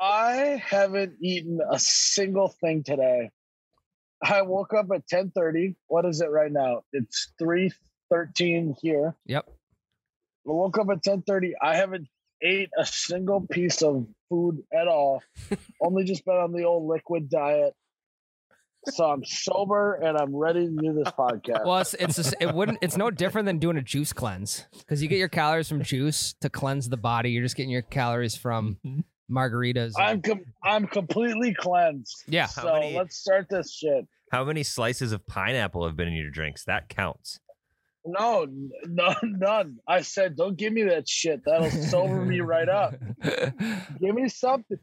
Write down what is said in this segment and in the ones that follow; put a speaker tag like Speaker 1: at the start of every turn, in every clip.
Speaker 1: I haven't eaten a single thing today. I woke up at 10:30. What is it right now? It's 3:13 here.
Speaker 2: Yep.
Speaker 1: I woke up at 10:30. I haven't ate a single piece of food at all. Only just been on the old liquid diet. So I'm sober and I'm ready to do this podcast.
Speaker 2: Well, it's it's just, it wouldn't it's no different than doing a juice cleanse because you get your calories from juice to cleanse the body. You're just getting your calories
Speaker 3: Um,
Speaker 2: from margaritas.
Speaker 1: I'm com- I'm completely cleansed.
Speaker 2: Yeah.
Speaker 1: So
Speaker 3: How many-
Speaker 1: let's start this shit.
Speaker 3: How many slices of pineapple have been in your drinks? That counts.
Speaker 1: No, n- no, none. I said, don't give me that shit. That'll sober me right up. Give me something.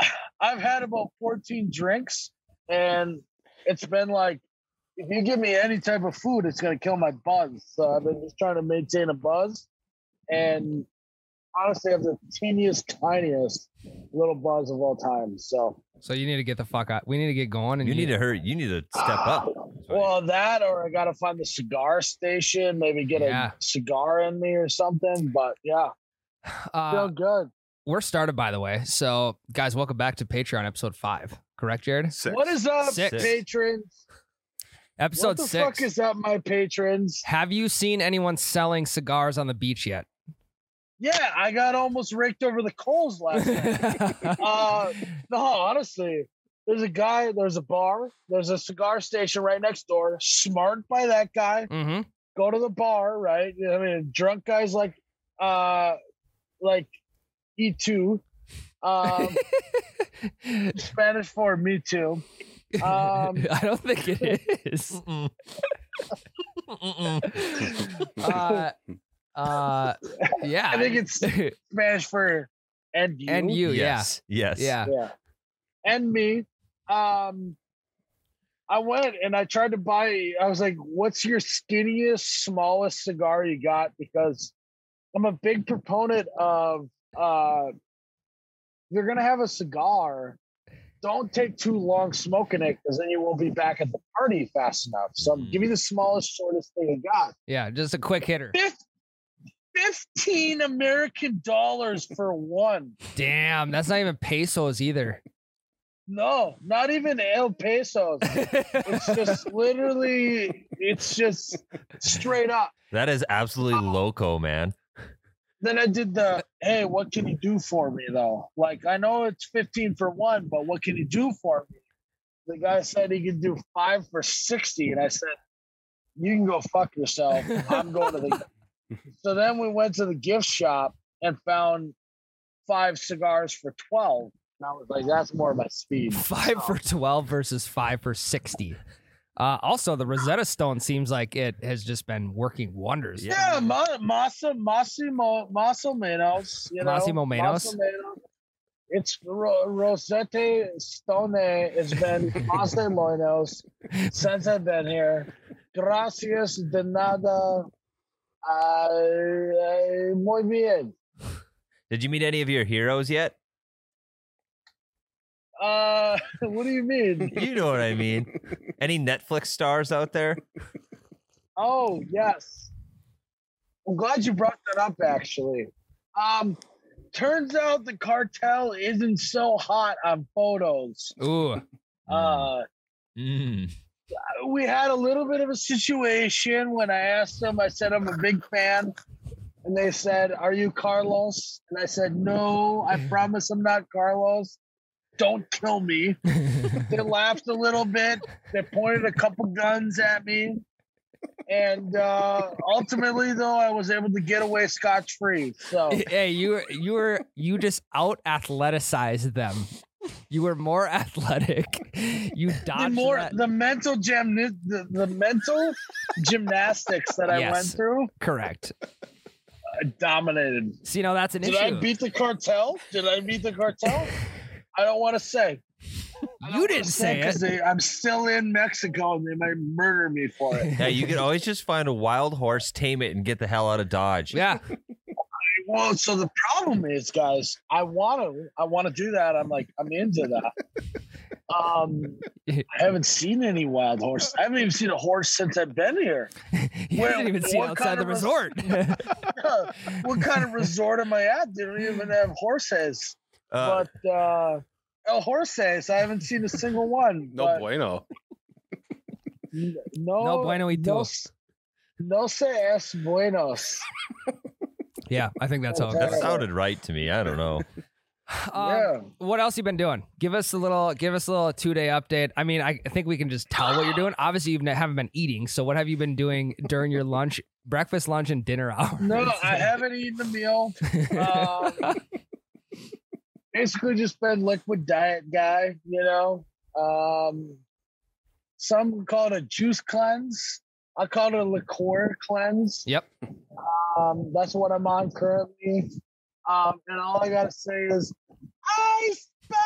Speaker 1: I, I've had about 14 drinks, and it's been like, if you give me any type of food, it's gonna kill my buzz. So I've been just trying to maintain a buzz, and honestly, I have the teeniest, tiniest little buzz of all time. So,
Speaker 2: so you need to get the fuck out. We need to get going. And
Speaker 3: You need to hurry. You need to step up.
Speaker 1: Well, that or I gotta find the cigar station, maybe get
Speaker 2: Yeah.
Speaker 1: a cigar in me or something. But yeah, feel
Speaker 2: Uh,
Speaker 1: good.
Speaker 2: we're started, by the way. So, guys, welcome back to Patreon episode five. Correct, Jared?
Speaker 1: What is up,
Speaker 2: Six.
Speaker 1: patrons?
Speaker 2: Episode
Speaker 1: what the
Speaker 2: six.
Speaker 1: fuck is up, my patrons?
Speaker 2: Have you seen anyone selling cigars on the beach yet?
Speaker 1: Yeah, I got almost raked over the coals last night.
Speaker 2: Mm-hmm.
Speaker 1: uh, no, honestly, there's a guy, there's a bar, there's a cigar station right next door. Smart by that guy.
Speaker 2: hmm
Speaker 1: Go to the bar, right? I mean, drunk guys like, uh, like E2. Um, Spanish for me too. Um,
Speaker 2: I don't think it is.
Speaker 3: Mm-mm. Mm-mm.
Speaker 2: uh, uh, yeah.
Speaker 1: I think it's Spanish for and you.
Speaker 2: and you,
Speaker 3: yes. Yes.
Speaker 2: yeah, yeah.
Speaker 1: Yeah. And me. Um I went and I tried to buy I was like, what's your skinniest, smallest cigar you got? Because I'm a big proponent of uh you're gonna have a cigar. Don't take too long smoking it because then you won't be back at the party fast enough. So
Speaker 3: Mm.
Speaker 1: give me the smallest, shortest thing you got.
Speaker 2: yeah. Just a quick hitter.
Speaker 1: Fif- 15 American dollars for one.
Speaker 2: Damn, that's not even pesos either.
Speaker 1: No, not even El Pesos. It's just literally, it's just straight up.
Speaker 3: That is absolutely loco, man.
Speaker 1: Then I did the, hey, what can you do for me though? Like, I know it's 15 for one, but what can you do for me? The guy said he could do five for 60. And I said, you can go fuck yourself. I'm going to the. so then we went to the gift shop and found five cigars for 12. And I was like, that's more my speed.
Speaker 2: five for 12 versus five for 60. Uh, also, the Rosetta Stone seems like it has just been working wonders.
Speaker 1: Yeah, Ma- Massa Massimo Massimeno's, you know.
Speaker 2: Massimo Manos?
Speaker 1: Massimeno. It's Ro- Rosette Stone has been Massimo's since I've been here. Gracias de nada. Uh, muy bien.
Speaker 3: Did you meet any of your heroes yet?
Speaker 1: Uh, what do you mean?
Speaker 3: You know what I mean. Any Netflix stars out there?
Speaker 1: Oh yes. I'm glad you brought that up actually. Um turns out the cartel isn't so hot on photos.
Speaker 2: Ooh.
Speaker 1: Uh
Speaker 3: Mm.
Speaker 1: we had a little bit of a situation when I asked them. I said I'm a big fan, and they said, "Are you Carlos?" And I said, "No, I promise I'm not Carlos. Don't kill me." they laughed a little bit. They pointed a couple guns at me, and uh, ultimately, though, I was able to get away scotch free. So
Speaker 2: hey, you were, you were you just out athleticized them. You were more athletic. You
Speaker 1: the
Speaker 2: dodged
Speaker 1: more
Speaker 2: that-
Speaker 1: the mental gym the, the mental gymnastics that I
Speaker 2: Yes.
Speaker 1: went through,
Speaker 2: Correct.
Speaker 1: I dominated.
Speaker 2: See, now that's an
Speaker 1: Did I
Speaker 2: issue.
Speaker 1: beat the cartel? Did I beat the cartel? I don't want to say. I don't
Speaker 2: you
Speaker 1: wanna
Speaker 2: didn't say
Speaker 1: because
Speaker 2: it.
Speaker 1: they- I'm still in Mexico and they might murder me for it.
Speaker 3: Yeah, you could always just find a wild horse, tame it, and get the hell out of Dodge.
Speaker 2: Yeah.
Speaker 1: well, so the problem is, guys, I want to, I want to do that. I'm like, I'm into that. Um, I haven't seen any wild horse. I haven't even seen a horse since I've been here.
Speaker 2: You
Speaker 1: Well,
Speaker 2: didn't even see
Speaker 1: what
Speaker 2: it outside
Speaker 1: kind
Speaker 2: the
Speaker 1: of res-
Speaker 2: resort.
Speaker 1: what kind of resort am I at? They don't even have horses.
Speaker 3: Uh,
Speaker 1: but uh, El Horses, I haven't seen a single one.
Speaker 4: No
Speaker 1: but
Speaker 4: bueno.
Speaker 1: n- No,
Speaker 2: No bueno y
Speaker 1: No,
Speaker 2: tú.
Speaker 1: s- no se es buenos.
Speaker 2: Yeah, I think that's how it
Speaker 1: Okay.
Speaker 3: that
Speaker 2: goes.
Speaker 3: sounded right to me. I don't know.
Speaker 2: Um,
Speaker 1: yeah.
Speaker 2: What else you been doing? Give us a little. Give us a little two day update. I mean, I I think we can just tell what you're doing. Obviously, you haven't been eating. So, what have you been doing during your lunch, breakfast, lunch, and dinner hour?
Speaker 1: No, I haven't eaten a meal. Um, basically, just been liquid diet guy. You know, um, some call it a juice cleanse. I call it a liqueur cleanse.
Speaker 2: Yep.
Speaker 1: Um, that's what I'm on currently. Um, and all I gotta say is, I spent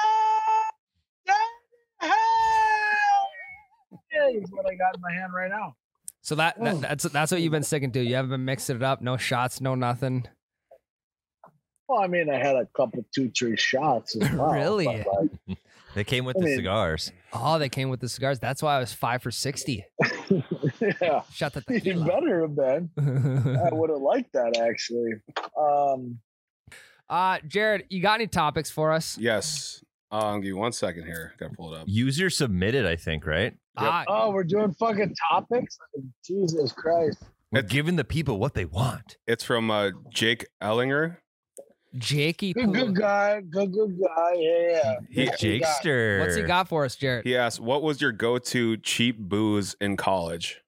Speaker 1: Yeah, is what I got in my hand right now.
Speaker 2: So that,
Speaker 1: oh.
Speaker 2: that that's that's what you've been sticking to. You haven't been mixing it up. No shots. No nothing.
Speaker 1: Well, I mean, I had a couple two, three shots. As well,
Speaker 2: Really?
Speaker 1: but, like,
Speaker 3: They came with
Speaker 1: I
Speaker 3: the
Speaker 1: mean-
Speaker 3: cigars.
Speaker 2: Oh, they came with the cigars. That's why I was five for sixty.
Speaker 1: yeah,
Speaker 2: Shut the
Speaker 1: you
Speaker 2: tequila.
Speaker 1: better have been. I would have liked that actually. Um,
Speaker 2: uh, Jared, you got any topics for us?
Speaker 4: Yes. Um, give me one second here. Gotta pull it up.
Speaker 3: User submitted, I think, right?
Speaker 2: Ah,
Speaker 1: oh, we're doing fucking topics. Jesus Christ!
Speaker 3: We're
Speaker 4: It's-
Speaker 3: giving the people what they want.
Speaker 4: It's from uh, Jake Ellinger.
Speaker 2: Jakey,
Speaker 1: Good, good guy. Good, good guy. Yeah,
Speaker 4: He-
Speaker 1: yeah. Good guy.
Speaker 3: Jakester.
Speaker 2: what's he got for us, Jared?
Speaker 4: He asked, "What was your go-to cheap booze in college?"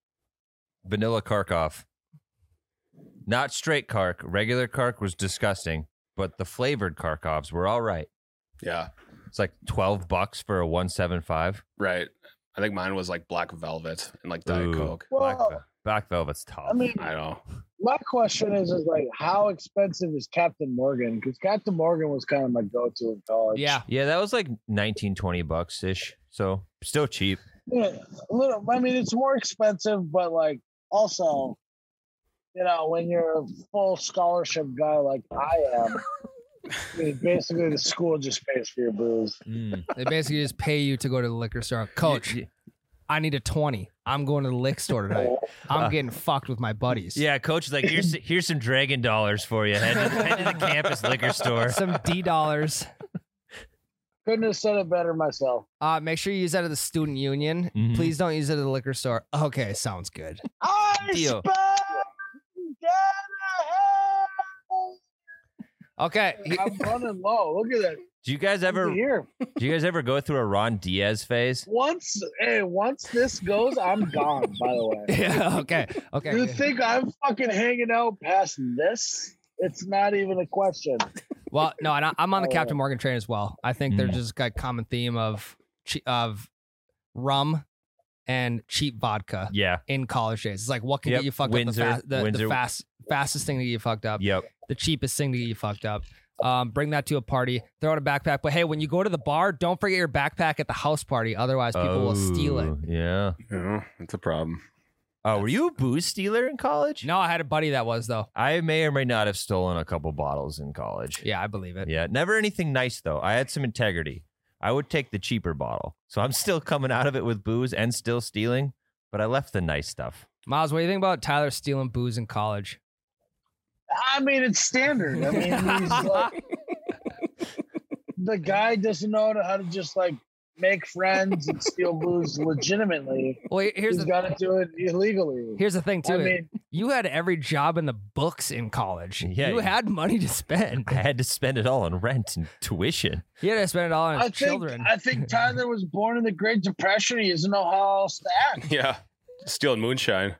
Speaker 3: Vanilla Karkoff. Not straight Kark. Regular Kark was disgusting, but the flavored Karkovs were all right.
Speaker 4: Yeah,
Speaker 3: It's like 12 bucks for a 175.
Speaker 4: right. I think mine was like Black Velvet and like Diet
Speaker 3: Ooh,
Speaker 4: Coke.
Speaker 3: Black,
Speaker 1: Well,
Speaker 3: Vel- Black Velvet's tough.
Speaker 1: I mean,
Speaker 4: I know.
Speaker 1: my question is, is like, how expensive is Captain Morgan? Because Captain Morgan was kind of my go-to in college.
Speaker 2: Yeah,
Speaker 3: yeah, that was like 19, 20 bucks ish. So still cheap.
Speaker 1: Yeah, a little. I mean, it's more expensive, but like also, you know, when you're a full scholarship guy like I am, I mean, basically the school just pays for your booze.
Speaker 2: they basically just pay you to go to the liquor store. Coach,
Speaker 3: Y-
Speaker 2: I need a twenty. I'm going to the liquor store tonight. I'm
Speaker 3: Uh,
Speaker 2: getting fucked with my buddies.
Speaker 3: Yeah, coach is like, here's here's some dragon dollars for you. Head to, head to the campus liquor store.
Speaker 2: some D dollars.
Speaker 1: Couldn't have said it better myself.
Speaker 2: Uh, make sure you use that at the student union.
Speaker 3: Mhm.
Speaker 2: Please don't use it at the liquor store. Okay, sounds good.
Speaker 1: I
Speaker 3: Deal.
Speaker 1: spent down
Speaker 2: Okay,
Speaker 1: a hell. I'm running low. Look at that.
Speaker 3: Do you guys
Speaker 1: Look at
Speaker 3: ever
Speaker 1: here.
Speaker 3: do you guys ever go through a Ron Diaz phase?
Speaker 1: Once, hey, once this goes, I'm gone. By the way.
Speaker 2: yeah, okay, okay.
Speaker 1: You think I'm fucking hanging out past this? It's not even a question.
Speaker 2: Well, no, and I, I'm on the Captain Morgan train as well. I think there's
Speaker 3: Oh. Mm.
Speaker 2: just got a common theme of che- of rum and cheap vodka
Speaker 3: Yeah.
Speaker 2: in college days. It's like what can
Speaker 3: Yep,
Speaker 2: get you fucked
Speaker 3: Windsor,
Speaker 2: up the, fa- the, the
Speaker 3: Windsor.
Speaker 2: fast fastest thing to get you fucked up,
Speaker 3: Yep.
Speaker 2: the cheapest thing to get you fucked up. Um, bring that to a party, throw out a backpack. But hey, when you go to the bar, don't forget your backpack at the house party. Otherwise, people will steal it.
Speaker 3: Oh, Yeah.
Speaker 4: Yeah, it's a problem.
Speaker 3: Oh, were you a booze stealer in college?
Speaker 2: No, I had a buddy that was though.
Speaker 3: I may or may not have stolen a couple bottles in college.
Speaker 2: Yeah, I believe it.
Speaker 3: Yeah, never anything nice though. I had some integrity. I would take the cheaper bottle. So I'm still coming out of it with booze and still stealing, but I left the nice stuff.
Speaker 2: Miles, what do you think about Tyler stealing booze in college?
Speaker 1: I mean, it's standard. I mean, he's like, the guy doesn't know how to just like make friends and steal booze legitimately.
Speaker 2: Well, here's
Speaker 1: he's
Speaker 2: the
Speaker 1: got to do it illegally.
Speaker 2: here's the thing too.
Speaker 1: I mean,
Speaker 2: You had every job in the books in college.
Speaker 3: Yeah,
Speaker 2: you
Speaker 3: you-
Speaker 2: had money to spend.
Speaker 3: I had to spend it all on rent and tuition.
Speaker 2: You had to spend it all on
Speaker 1: I
Speaker 2: his
Speaker 1: think
Speaker 2: children.
Speaker 1: I think Tyler was born in the Great Depression. He doesn't know how else to act.
Speaker 4: Yeah, stealing moonshine.